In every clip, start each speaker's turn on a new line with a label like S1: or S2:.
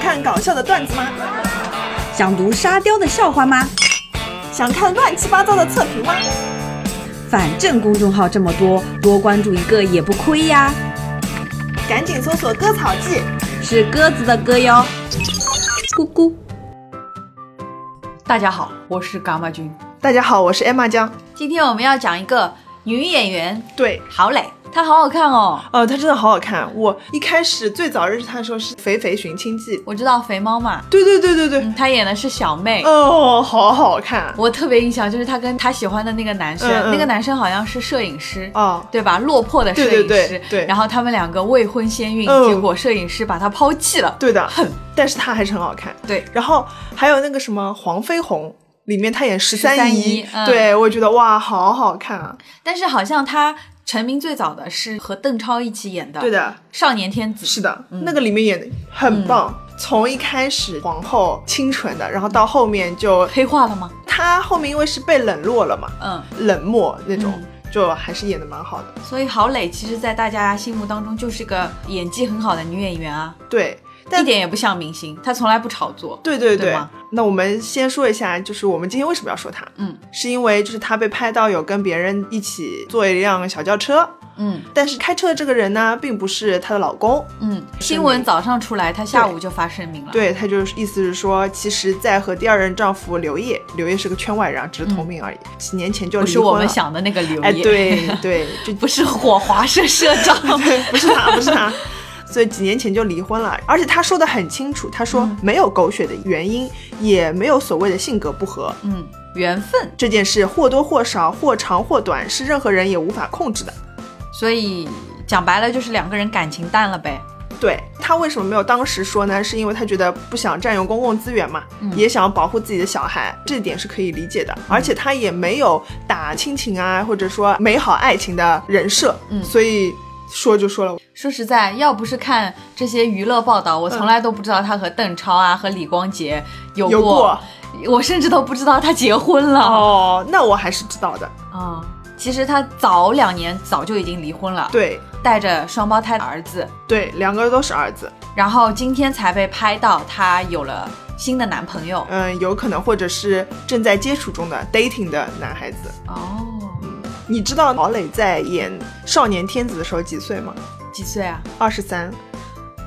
S1: 看搞笑的段子吗？
S2: 想读沙雕的笑话吗？
S1: 想看乱七八糟的测评吗？
S2: 反正公众号这么多，多关注一个也不亏呀。
S1: 赶紧搜索“割草记
S2: 是鸽子的歌哟，咕咕。
S3: 大家好，我是嘎巴君。”。
S1: 大家好，我是 Emma 江。
S3: 今天我们要讲一个女演员
S1: 对，
S3: 郝蕾，她好好看哦。
S1: 呃，她真的好好看。我一开始最早认识她的时候是《肥肥寻亲记》。
S3: 我知道肥猫嘛，嗯
S1: 对对对对对，
S3: 她演的是小妹。
S1: 哦，好好看。
S3: 我特别印象就是她跟她喜欢的那个男生，
S1: 嗯嗯
S3: 那个男生好像是摄影师。
S1: 哦，
S3: 对吧？落魄的摄影师，
S1: 对对对对
S3: 然后他们两个未婚先孕，
S1: 嗯
S3: 结果摄影师把她抛弃了。
S1: 对的，但是她还是很好看。
S3: 对，
S1: 然后还有那个什么黄飞鸿，里面她演十三
S3: 姨嗯
S1: 对我觉得哇，好好看啊。
S3: 但是好像她成名最早的是和邓超一起演的，
S1: 对，的，
S3: 少年天子。
S1: 是的，那个里面演的很棒。从一开始皇后清纯的，然后到后面就
S3: 黑化了吗？
S1: 她后面因为是被冷落了嘛，
S3: 嗯，
S1: 冷漠那种，
S3: 嗯
S1: 就还是演的蛮好的。
S3: 所以郝蕾其实，在大家心目当中就是个演技很好的女演员啊，
S1: 对，但
S3: 一点也不像明星，她从来不炒作。
S1: 对对
S3: 对
S1: 对
S3: 吗。
S1: 那我们先说一下，就是我们今天为什么要说她？
S3: 嗯，
S1: 是因为就是她被拍到有跟别人一起坐一辆小轿车，
S3: 嗯
S1: 但是开车的这个人呢，并不是她的老公。
S3: 嗯，新闻早上出来，她下午就发声明了。，
S1: 对，她就是意思是说，其实，在和第二任丈夫刘烨，刘烨是个圈外人啊，只是同名而已，几年前就
S3: 嗯不
S1: 离
S3: 是
S1: 婚了。
S3: 我们想的那个刘烨，
S1: 哎，对对，就
S3: 不是火华社社长。
S1: 不是他，不是他。所以几年前就离婚了，而且他说的很清楚，他
S3: 嗯
S1: 说没有狗血的原因，也没有所谓的性格不合，
S3: 嗯，缘分。
S1: 这件事或多或少、或长或短，是任何人也无法控制的。
S3: 所以讲白了，就是两个人感情淡了呗。
S1: 对他为什么没有当时说呢？是因为他觉得不想占用公共资源嘛，
S3: 嗯
S1: 也想保护自己的小孩，这点是可以理解的。而且他也没有打亲情啊，或者说美好爱情的人设，
S3: 嗯
S1: 所以说就说了，
S3: 说实在，要不是看这些娱乐报道，我从来都不知道她和邓超啊、和李光洁有
S1: 嗯有过
S3: 我甚至都不知道她结婚了。
S1: 哦，那我还是知道的。
S3: 啊、其实她早两年早就已经离婚了，，
S1: 对
S3: 带着双胞胎儿子，
S1: 对，两个都是儿子。
S3: 然后今天才被拍到她有了新的男朋友。
S1: 嗯，有可能或者是正在接触中的 dating 的男孩子。
S3: 哦，
S1: 你知道毛磊在演《少年天子》的时候几岁吗？
S3: 几岁啊？
S1: 二十三。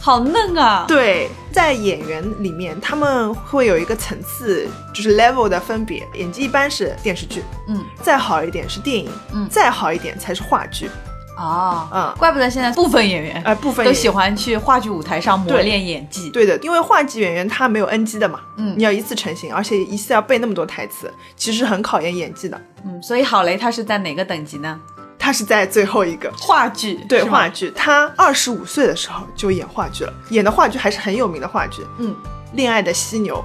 S3: 好嫩啊！，
S1: 对，在演员里面，他们会有一个层次，就是 level 的分别。演技一般是电视剧，
S3: 嗯，
S1: 再好一点是电影，
S3: 嗯
S1: 再好一点才是话剧。
S3: 哦，
S1: 嗯
S3: 怪不得现在部分演员
S1: 哎、部分
S3: 都
S1: 演
S3: 喜欢去话剧舞台上磨
S1: 对
S3: 练演技。
S1: 对的，因为话剧演员他没有 NG 的嘛，
S3: 嗯
S1: 你要一次成型，而且一次要背那么多台词，其实很考验演技的。
S3: 嗯，所以郝蕾她是在哪个等级呢？
S1: 他是在最后一个，
S3: 话剧
S1: 对
S3: 是吗
S1: 话剧，他二十五岁的时候就演话剧了，演的话剧还是很有名的话剧《
S3: 嗯，
S1: 恋爱的犀牛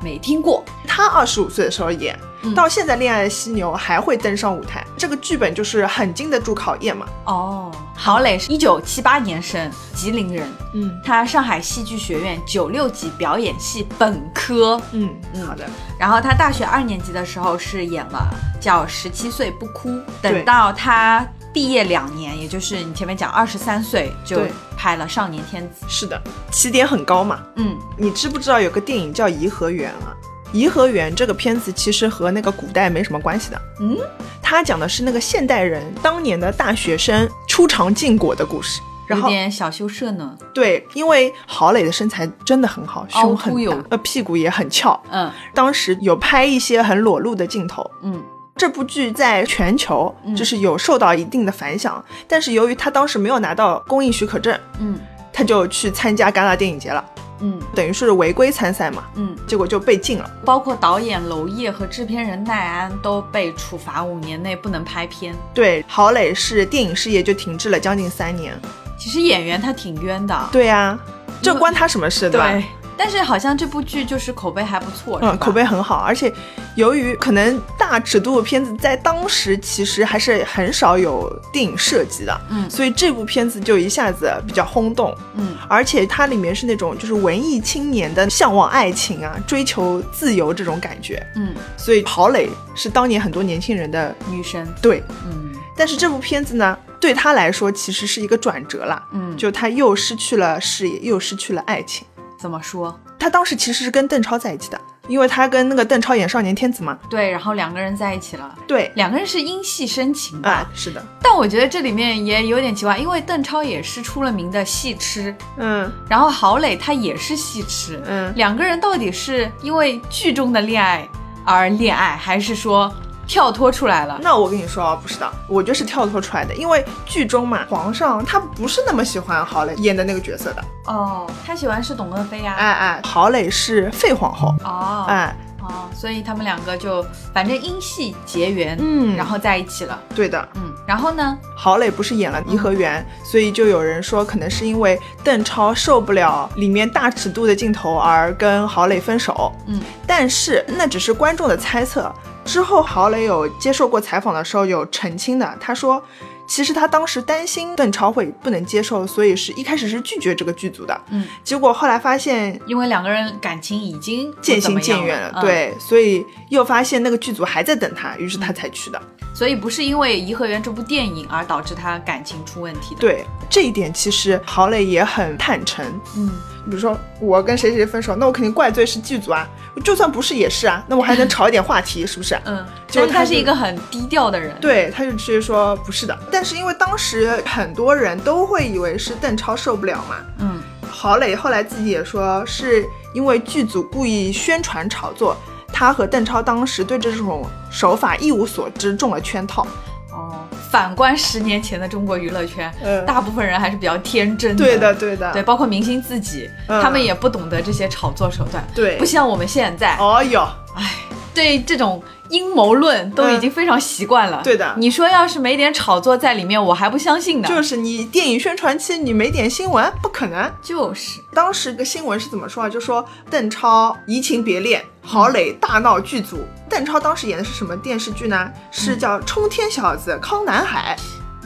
S3: 没听过。》。
S1: 他二十五岁的时候演，
S3: 嗯
S1: 到现在《恋爱的犀牛》还会登上舞台。这个剧本就是很经得住考验嘛。
S3: 哦，郝蕾是一九七八年生，吉林人。
S1: 嗯
S3: 他上海戏剧学院九六级表演系本科，
S1: 嗯好的。
S3: 然后他大学二年级的时候是演了叫《十七岁不哭》，
S1: 对
S3: 等到他毕业两年，也就是你前面讲二十三岁就
S1: 对
S3: 拍了《少年天子》。
S1: 是的，起点很高嘛。
S3: 嗯，
S1: 你知不知道有个电影叫《颐和园》啊？《颐和园》这个片子其实和那个古代没什么关系的。
S3: 嗯，
S1: 它讲的是那个现代人当年的大学生初尝禁果的故事。然
S3: 有
S1: 后
S3: 点小羞涩呢。
S1: 对，因为郝蕾的身材真的很好，
S3: 凹凸
S1: 胸很
S3: 有
S1: 大，呃，屁股也很翘。
S3: 嗯
S1: 当时有拍一些很裸露的镜头。
S3: 嗯，
S1: 这部剧在全球
S3: 嗯
S1: 就是有受到一定的反响，但是由于他当时没有拿到公映许可证，
S3: 嗯
S1: 他就去参加戛纳电影节了，
S3: 嗯
S1: 等于是违规参赛嘛，
S3: 嗯，
S1: 结果就被禁了。
S3: 包括导演娄烨和制片人奈安都被处罚五年内不能拍片。
S1: 对，郝蕾是电影事业就停滞了将近三年。
S3: 其实演员他挺冤的，
S1: 对呀、这
S3: 因为
S1: 关他什么事，对吧？
S3: 但是好像这部剧就是口碑还不错，
S1: 嗯，
S3: 是吧
S1: 口碑很好，而且由于可能大尺度的片子在当时其实还是很少有电影涉及的，
S3: 嗯
S1: 所以这部片子就一下子比较轰动，
S3: 嗯
S1: 而且它里面是那种就是文艺青年的向往爱情啊，追求自由这种感觉，
S3: 嗯，
S1: 所以郝蕾是当年很多年轻人的
S3: 女神，
S1: 对，
S3: 嗯
S1: 但是这部片子呢，对他来说其实是一个转折啦，
S3: 嗯，
S1: 就他又失去了事业，又失去了爱情，
S3: 怎么说？
S1: 他当时其实是跟邓超在一起的，因为他跟那个邓超演少年天子嘛。
S3: 对，然后两个人在一起了，
S1: 对，
S3: 两个人是因戏生情吧？
S1: 啊，是的，
S3: 但我觉得这里面也有点奇怪，因为邓超也是出了名的戏痴，
S1: 嗯
S3: 然后郝蕾她也是戏痴，
S1: 嗯，
S3: 两个人到底是因为剧中的恋爱而恋爱，还是说跳脱出来了？
S1: 那我跟你说啊，不是的，我觉得是跳脱出来的，因为剧中嘛，皇上他不是那么喜欢郝蕾演的那个角色的，
S3: 哦，他喜欢是董鄂妃呀、
S1: 哎哎，郝蕾是废皇后，
S3: 哦，
S1: 哎，
S3: 哦，所以他们两个就反正因戏结缘，
S1: 嗯
S3: 然后在一起了，
S1: 对的，
S3: 嗯，然后呢？
S1: 郝蕾不是演了
S3: 嗯
S1: 颐和园，所以就有人说可能是因为邓超受不了里面大尺度的镜头而跟郝蕾分手。
S3: 嗯，
S1: 但是那只是观众的猜测。之后郝蕾有接受过采访的时候有澄清的，他说。其实他当时担心邓超会不能接受，所以是一开始是拒绝这个剧组的。
S3: 嗯，
S1: 结果后来发现
S3: 因为两个人感情已经不
S1: 渐
S3: 怎
S1: 行
S3: 么样
S1: 渐远了，
S3: 嗯，
S1: 对，所以又发现那个剧组还在等他，于是
S3: 嗯
S1: 他才去的。
S3: 所以不是因为《颐和园》这部电影而导致他感情出问题的。，
S1: 对这一点，其实郝蕾也很坦诚，
S3: 嗯，
S1: 比如说我跟谁谁分手，那我肯定怪罪是剧组啊，就算不是也是啊，那我还能炒一点话题，是不是？
S3: 嗯，
S1: 结
S3: 但
S1: 果
S3: 是
S1: 他
S3: 他是
S1: 就
S3: 一个很低调的人。，
S1: 对，他就直接说不是的。但是因为当时很多人都会以为是邓超受不了嘛，
S3: 嗯，
S1: 郝蕾后来自己也说，是因为剧组故意宣传炒作，他和邓超当时对这种手法一无所知，中了圈套。
S3: 哦，反观十年前的中国娱乐圈，
S1: 嗯
S3: 大部分人还是比较天真的。
S1: 对的，。对的，
S3: 对，包括明星自己，
S1: 嗯
S3: 他们也不懂得这些炒作手段，
S1: 对
S3: 不像我们现在，
S1: 哦哟，
S3: 对这种阴谋论都已经非常习惯了。
S1: 对的
S3: 你说要是没点炒作在里面，我还不相信呢。
S1: 就是你电影宣传期你没点新闻，不可能。
S3: 就是，
S1: 当时个新闻是怎么说啊？就说邓超移情别恋，郝蕾大闹剧组。邓超当时演的是什么电视剧呢？是叫《冲天小子康南海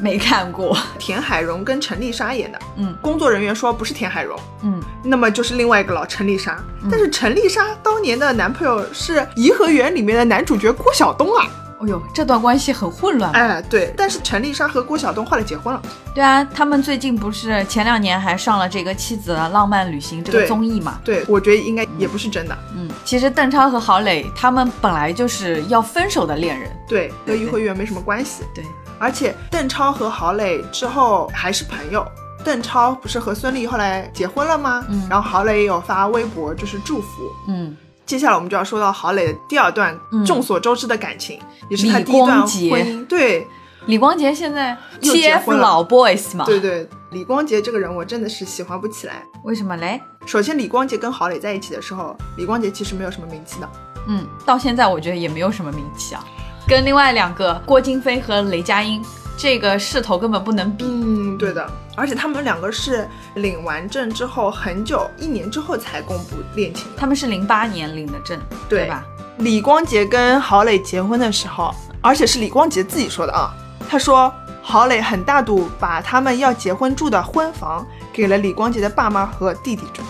S3: 没看过。》，
S1: 田海蓉跟陈丽莎演的。
S3: 嗯，
S1: 工作人员说不是田海蓉，
S3: 嗯，
S1: 那么就是另外一个老陈丽莎。但是陈丽莎当年的男朋友是《颐和园》里面的男主角郭晓东啊。
S3: 哎呦，这段关系很混乱。
S1: 哎，对，但是陈丽莎和郭晓东后来结婚了。
S3: 对啊，他们最近不是前两年还上了这个《妻子的浪漫旅行》这个
S1: 对
S3: 综艺嘛？
S1: 对，我觉得应该也不是真的。
S3: 嗯，其实邓超和郝蕾他们本来就是要分手的恋人。
S1: 对，和
S3: 对
S1: 颐和园没什么关系。
S3: 对，
S1: 而且邓超和郝蕾之后还是朋友。邓超不是和孙俪后来结婚了吗？
S3: 嗯
S1: 然后郝蕾也有发微博就是祝福。
S3: 嗯，
S1: 接下来我们就要说到郝蕾的第二段
S3: 嗯
S1: 众所周知的感情，也是
S3: 李
S1: 她第一段
S3: 光
S1: 婚
S3: 洁
S1: 姻。对
S3: 李光洁现在
S1: 又结
S3: TF
S1: 婚了
S3: 老 boys 嘛？
S1: 对，对，李光洁这个人我真的是喜欢不起来。
S3: 为什么嘞？
S1: 首先，李光洁跟郝蕾在一起的时候，李光洁其实没有什么名气的。
S3: 嗯，到现在我觉得也没有什么名气啊，跟另外两个郭京飞和雷佳音这个势头根本不能比。
S1: 嗯，对的。而且他们两个是领完证之后很久，一年之后才公布恋情的。
S3: 他们是零八年领的证，
S1: 对
S3: 吧？
S1: 李光洁跟郝蕾结婚的时候，而且是李光洁自己说的啊，他说郝蕾很大度把他们要结婚住的婚房给了李光洁的爸妈和弟弟住，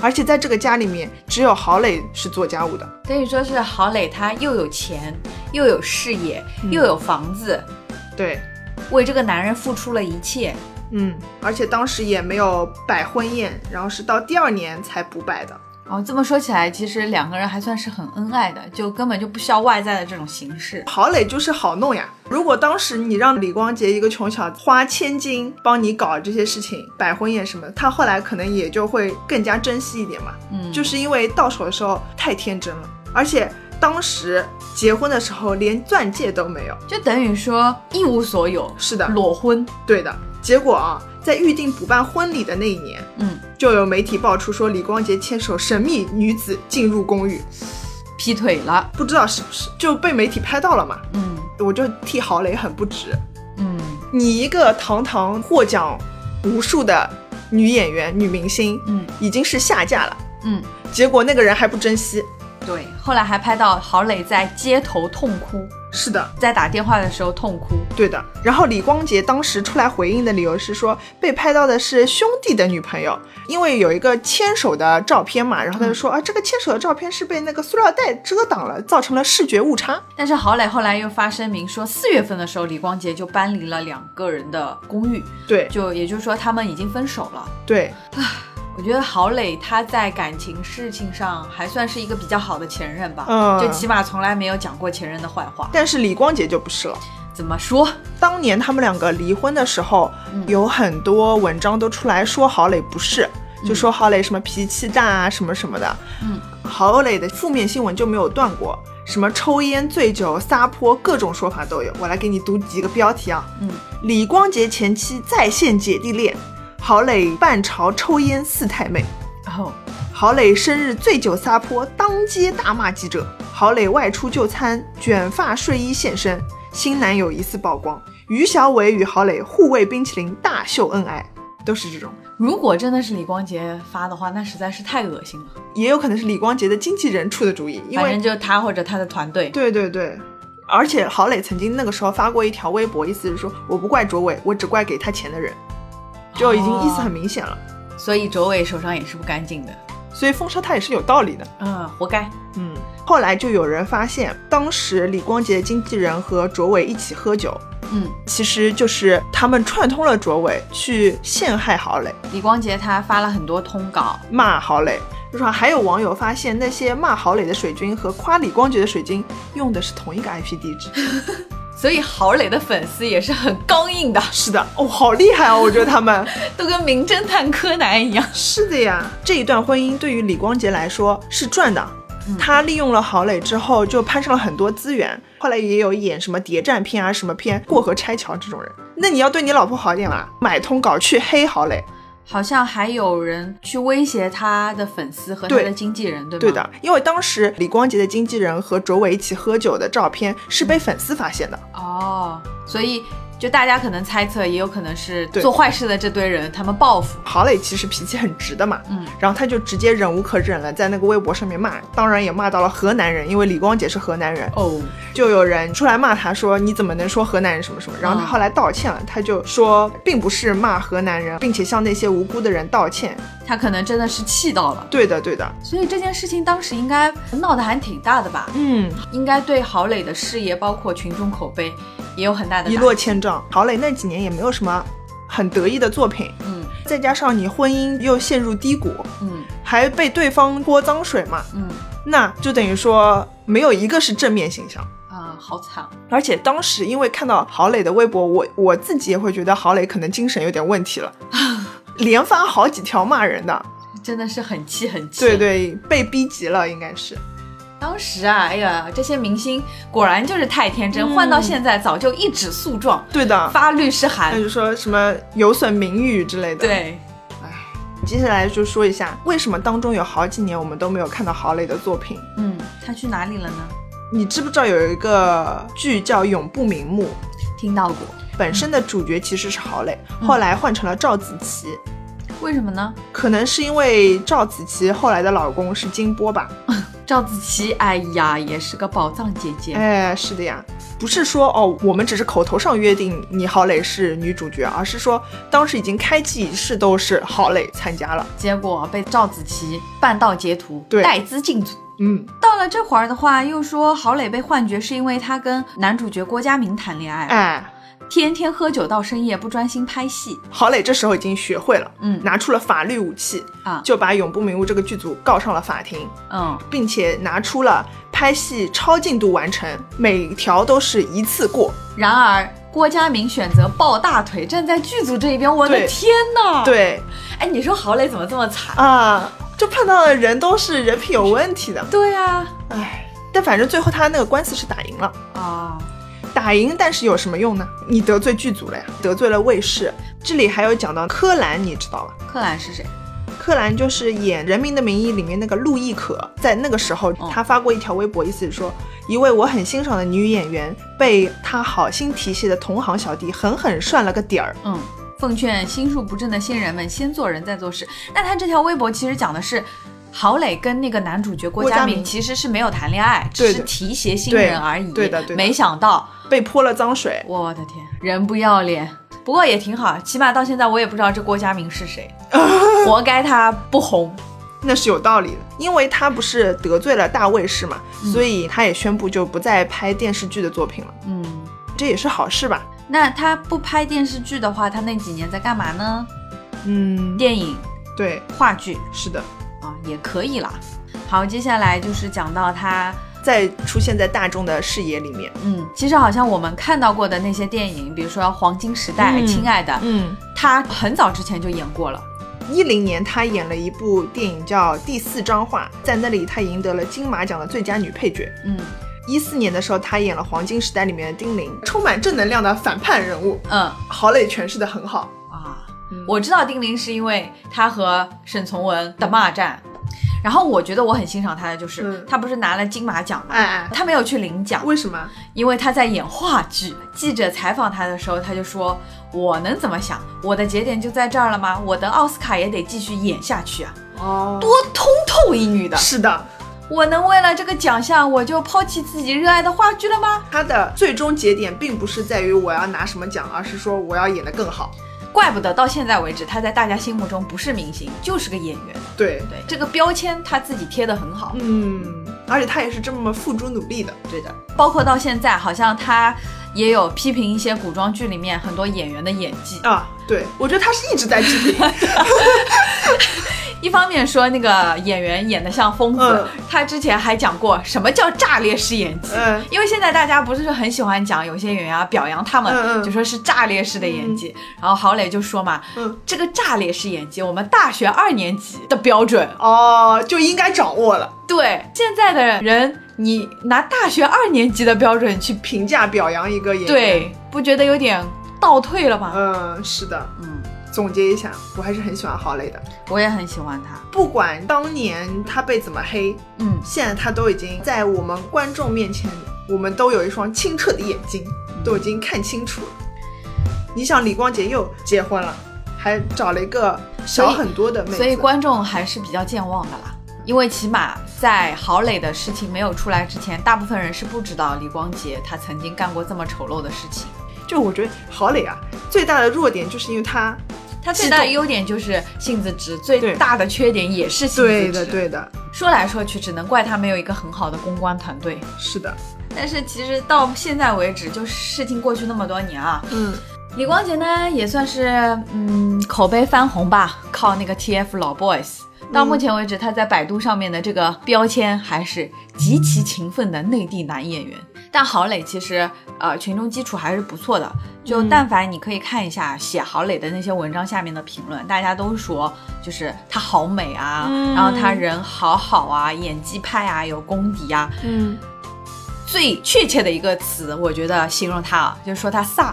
S1: 而且在这个家里面只有郝蕾是做家务的，
S3: 等于说是郝蕾她又有钱，又有事业，又有房子，
S1: 对，
S3: 为这个男人付出了一切。
S1: 嗯，而且当时也没有摆婚宴，然后是到第二年才补摆的，
S3: 哦，这么说起来，其实两个人还算是很恩爱的，就根本就不需要外在的这种形式。
S1: 郝蕾就是好弄呀。如果当时你让李光洁一个穷小子花千金帮你搞这些事情，摆婚宴什么，他后来可能也就会更加珍惜一点嘛。
S3: 嗯，
S1: 就是因为到手的时候太天真了，而且当时结婚的时候连钻戒都没有。
S3: 就等于说一无所有，
S1: 是的，
S3: 裸婚。
S1: 对的。结果啊，在预定补办婚礼的那一年，
S3: 嗯，
S1: 就有媒体爆出说李光洁牵手神秘女子进入公寓，
S3: 劈腿了。
S1: 不知道是不是就被媒体拍到了嘛？
S3: 嗯
S1: 我就替郝蕾很不值。
S3: 嗯，
S1: 你一个堂堂获奖无数的女演员、女明星，
S3: 嗯，
S1: 已经是下嫁了，
S3: 嗯，
S1: 结果那个人还不珍惜。
S3: 对。后来还拍到郝蕾在街头痛哭，
S1: 是的，
S3: 在打电话的时候痛哭。
S1: 对的。然后李光洁当时出来回应的理由是说，被拍到的是兄弟的女朋友，因为有一个牵手的照片嘛，然后他就说、啊，这个牵手的照片是被那个塑料袋遮挡了，造成了视觉误差。
S3: 但是郝蕾后来又发声明说，四月份的时候，李光洁就搬离了两个人的公寓，
S1: 对
S3: 就也就是说他们已经分手了。
S1: 对，
S3: 我觉得郝蕾她在感情事情上还算是一个比较好的前任吧，
S1: 嗯
S3: 就起码从来没有讲过前任的坏话。
S1: 但是李光洁就不是了。
S3: 怎么说？
S1: 当年他们两个离婚的时候，有很多文章都出来说郝蕾不是，就说郝蕾什么脾气大啊，什么什么的。
S3: 嗯，
S1: 郝蕾的负面新闻就没有断过，什么抽烟、醉酒、撒泼，各种说法都有。我来给你读几个标题啊。
S3: 嗯，
S1: 李光洁前妻再现姐弟恋，郝蕾半朝抽烟四太妹。
S3: 哦，
S1: 郝蕾生日醉酒撒泼，当街大骂记者。郝蕾外出就餐，卷发睡衣现身，新男友疑似曝光。于小伟与郝蕾互喂冰淇淋，大秀恩爱，都是这种。
S3: 如果真的是李光洁发的话，那实在是太恶心了。
S1: 也有可能是李光洁的经纪人出的主意，因
S3: 反
S1: 为
S3: 正就他或者他的团队，
S1: 对对对，而且郝蕾曾经那个时候发过一条微博，意思是说我不怪卓伟，我只怪给他钱的人，就已经意思很明显了。
S3: 所以卓伟手上也是不干净的。
S1: 所以封杀他也是有道理的。
S3: 嗯，活该。
S1: 嗯，后来就有人发现，当时李光洁的经纪人和卓伟一起喝酒，
S3: 嗯，
S1: 其实就是他们串通了卓伟去陷害郝蕾，
S3: 李光洁她发了很多通稿，
S1: 骂郝蕾。就是说还有网友发现，那些骂郝蕾的水军和夸李光洁的水军用的是同一个 IP 地址。
S3: 所以郝蕾的粉丝也是很刚硬的，
S1: 是的，哦，好厉害哦！我觉得他们
S3: 都跟名侦探柯南一样。
S1: 是的呀。这一段婚姻对于李光洁来说是赚的，
S3: 嗯
S1: 她利用了郝蕾之后，就攀上了很多资源。后来也有演什么谍战片啊，什么片过河拆桥这种人。那你要对你老婆好一点啦，买通稿去黑郝蕾。
S3: 好像还有人去威胁他的粉丝和他
S1: 对
S3: 的经纪人，对吗？
S1: 对的，因为当时李光洁的经纪人和卓伟一起喝酒的照片是被粉丝发现的。
S3: 哦，所以就大家可能猜测，也有可能是
S1: 对
S3: 做坏事的这堆人他们报复。
S1: 郝蕾其实脾气很直的嘛，
S3: 嗯，
S1: 然后他就直接忍无可忍了，在那个微博上面骂，当然也骂到了河南人，因为李光洁是河南人，
S3: 哦，
S1: 就有人出来骂他说你怎么能说河南人什么什么？然后他
S3: 嗯
S1: 后来道歉了，他就说并不是骂河南人，并且向那些无辜的人道歉。
S3: 他可能真的是气到了，
S1: 对的，对的，
S3: 所以这件事情当时应该闹得还挺大的吧？
S1: 嗯，
S3: 应该对郝蕾的事业，包括群众口碑，也有很大的
S1: 一
S3: 打
S1: 落
S3: 击。
S1: 千丈。郝蕾那几年也没有什么很得意的作品，
S3: 嗯
S1: 再加上你婚姻又陷入低谷，
S3: 嗯
S1: 还被对方泼脏水嘛，
S3: 嗯
S1: 那就等于说没有一个是正面形象。
S3: 啊，好惨！
S1: 而且当时因为看到郝蕾的微博，我我自己也会觉得郝蕾可能精神有点问题了，连发好几条骂人的，
S3: 真的是很气很气。
S1: 对，对，被逼急了，应该是。
S3: 当时啊，哎呀，这些明星果然就是太天真，
S1: 嗯
S3: 换到现在早就一纸诉状，
S1: 对的，
S3: 发律师
S1: 那
S3: 函。
S1: 就说什么有损名誉之类的。，
S3: 对，
S1: 接下来就说一下为什么当中有好几年我们都没有看到郝蕾的作品。
S3: 嗯，他去哪里了呢？
S1: 你知不知道有一个剧叫《永不瞑目》，
S3: 听到过，
S1: 本身的主角其实是郝蕾，
S3: 嗯
S1: 后来换成了赵子琪。
S3: 为什么呢？
S1: 可能是因为赵子琪后来的老公是金波吧？
S3: 赵子琪，哎呀，也是个宝藏姐姐。
S1: 哎，是的呀，不是说哦，我们只是口头上约定你郝蕾是女主角，而是说当时已经开机仪式都是郝蕾参加了。
S3: 结果被赵子琪半道截图，
S1: 对
S3: 带资进组。
S1: 嗯，
S3: 到了这会儿的话，又说郝蕾被幻觉是因为她跟男主角郭佳明谈恋爱，
S1: 哎，
S3: 天天喝酒到深夜，不专心拍戏。
S1: 郝蕾这时候已经学会了，
S3: 嗯
S1: 拿出了法律武器
S3: 啊
S1: 就把《永不瞑目》这个剧组告上了法庭，
S3: 嗯，
S1: 并且拿出了拍戏超进度完成，每条都是一次过。
S3: 然而郭佳明选择抱大腿站在剧组这一边，我的
S1: 对
S3: 天呐！，
S1: 对
S3: 哎，你说郝蕾怎么这么惨？
S1: 啊，就碰到的人都是人品有问题的，
S3: 对啊，
S1: 唉。但反正最后他那个官司是打赢了，
S3: 啊，
S1: 打赢，但是有什么用呢？你得罪剧组了呀，得罪了卫视。这里还有讲到柯蓝，你知道吧？
S3: 柯蓝是谁？
S1: 柯蓝就是演《人民的名义》里面那个陆亦可，在那个时候，她发过一条微博，意思是说，一位我很欣赏的女演员被她好心提携的同行小弟狠狠涮了个底儿。
S3: 嗯，奉劝心术不正的新人们，先做人再做事。那他这条微博其实讲的是，郝蕾跟那个男主角郭
S1: 郭
S3: 佳
S1: 佳
S3: 明
S1: 明
S3: 其实是没有谈恋爱，
S1: 对
S3: 只是
S1: 的
S3: 提携新人而已。
S1: 对的对的
S3: 没想到，
S1: 被泼了脏水，
S3: 我的天，人不要脸。不过也挺好，起码到现在我也不知道这郭佳明 是谁，活该他不红。
S1: 那是有道理的，因为她不是得罪了大卫视嘛，所以她也宣布就不再拍电视剧的作品了，
S3: 嗯，
S1: 这也是好事吧？
S3: 那他不拍电视剧的话，他那几年在干嘛呢？
S1: 嗯，
S3: 电影。
S1: 对，
S3: 话剧
S1: 是的，
S3: 啊，也可以啦。好，接下来就是讲到他，
S1: 再出现在大众的视野里面。
S3: 嗯，其实好像我们看到过的那些电影，比如说《黄金时代》
S1: 嗯
S3: 亲爱的》
S1: 嗯，
S3: 他很早之前就演过了。
S1: 一零年她演了一部电影叫《第四张画》，在那里她赢得了金马奖的最佳女配角。
S3: 嗯
S1: 一四年的时候，她演了《黄金时代》里面的丁玲，充满正能量的反叛人物，
S3: 嗯
S1: 郝蕾诠释的很好。
S3: 啊，我知道丁玲是因为她和沈从文的骂战。然后我觉得我很欣赏她的就是
S1: 嗯，
S3: 她不是拿了金马奖吗？
S1: 哎哎，
S3: 她没有去领奖，
S1: 为什么？
S3: 因为她在演话剧。记者采访她的时候，她就说：“我能怎么想？我的节点就在这儿了吗？我的奥斯卡也得继续演下去啊！
S1: 哦，
S3: 多通透一女的，
S1: 是的，
S3: 我能为了这个奖项，我就抛弃自己热爱的话剧了吗？
S1: 她的最终节点并不是在于我要拿什么奖，而是说我要演得更好。
S3: 怪不得到现在为止，她在大家心目中不是明星，就是个演员。
S1: 对，
S3: 对，这个标签她自己贴得很好。
S1: 嗯，而且她也是这么付诸努力的。
S3: 对的，包括到现在，好像她也有批评一些古装剧里面很多演员的演技。
S1: 啊，对，我觉得她是一直在批评。
S3: 一方面说那个演员演得像疯子
S1: 嗯，
S3: 她之前还讲过什么叫炸裂式演技。
S1: 嗯，
S3: 因为现在大家不是很喜欢讲有些演员啊，表扬他们，
S1: 嗯嗯
S3: 就说是炸裂式的演技。然后郝蕾就说嘛，
S1: 嗯
S3: 这个炸裂式演技，我们大学二年级的标准。
S1: 哦，就应该掌握了。
S3: 对，现在的人，你拿大学二年级的标准去，
S1: 评价表扬一个演员，，
S3: 对，不觉得有点倒退了吗？
S1: 嗯，是的。
S3: 嗯，
S1: 总结一下，我还是很喜欢郝蕾的。
S3: 我也很喜欢他。
S1: 不管当年她被怎么黑，
S3: 嗯，
S1: 现在她都已经在我们观众面前，我们都有一双清澈的眼睛，都已经看清楚了。你想，李光洁又结婚了，还找了一个小很多的妹子，
S3: 所以观众还是比较健忘的啦。因为起码在郝蕾的事情没有出来之前，大部分人是不知道李光洁她曾经干过这么丑陋的事情。
S1: 就我觉得郝蕾啊，最大的弱点就是因为她，
S3: 他最大的优点就是性子直，最
S1: 对
S3: 大的缺点也是性子直。
S1: 对的，。对的，
S3: 说来说去，只能怪他没有一个很好的公关团队。
S1: 是的，
S3: 但是其实到现在为止，就事情过去那么多年啊，
S1: 嗯，
S3: 李光洁呢也算是嗯口碑翻红吧，靠那个 TF 老 boys。到
S1: 嗯
S3: 目前为止，他在百度上面的这个标签还是极其勤奋的内地男演员。但郝蕾其实呃群众基础还是不错的，就
S1: 嗯
S3: 但凡你可以看一下写郝蕾的那些文章下面的评论，大家都说就是她好美啊，
S1: 嗯
S3: 然后她人好好啊，演技派啊，有功底啊。
S1: 嗯，
S3: 最确切的一个词，我觉得形容她啊，就是说她飒。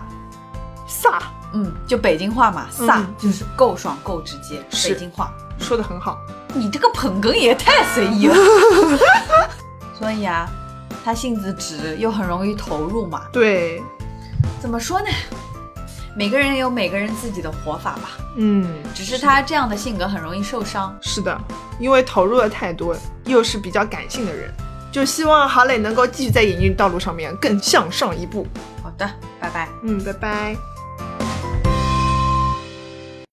S1: 飒
S3: 嗯，就北京话嘛，飒、
S1: 嗯
S3: 就是够爽够直接，
S1: 是
S3: 北京话。
S1: 说的很好，
S3: 你这个捧哏也太随 意了。所以啊，他性子直又很容易投入嘛。
S1: 对，
S3: 怎么说呢？每个人有每个人自己的活法吧，
S1: 嗯，
S3: 只是他这样的性格很容易受伤。
S1: 是的，因为投入了太多，又是比较感性的人，就希望郝蕾能够继续在演艺道路上面更向上一步。
S3: 好的，拜拜。
S1: 嗯，拜拜。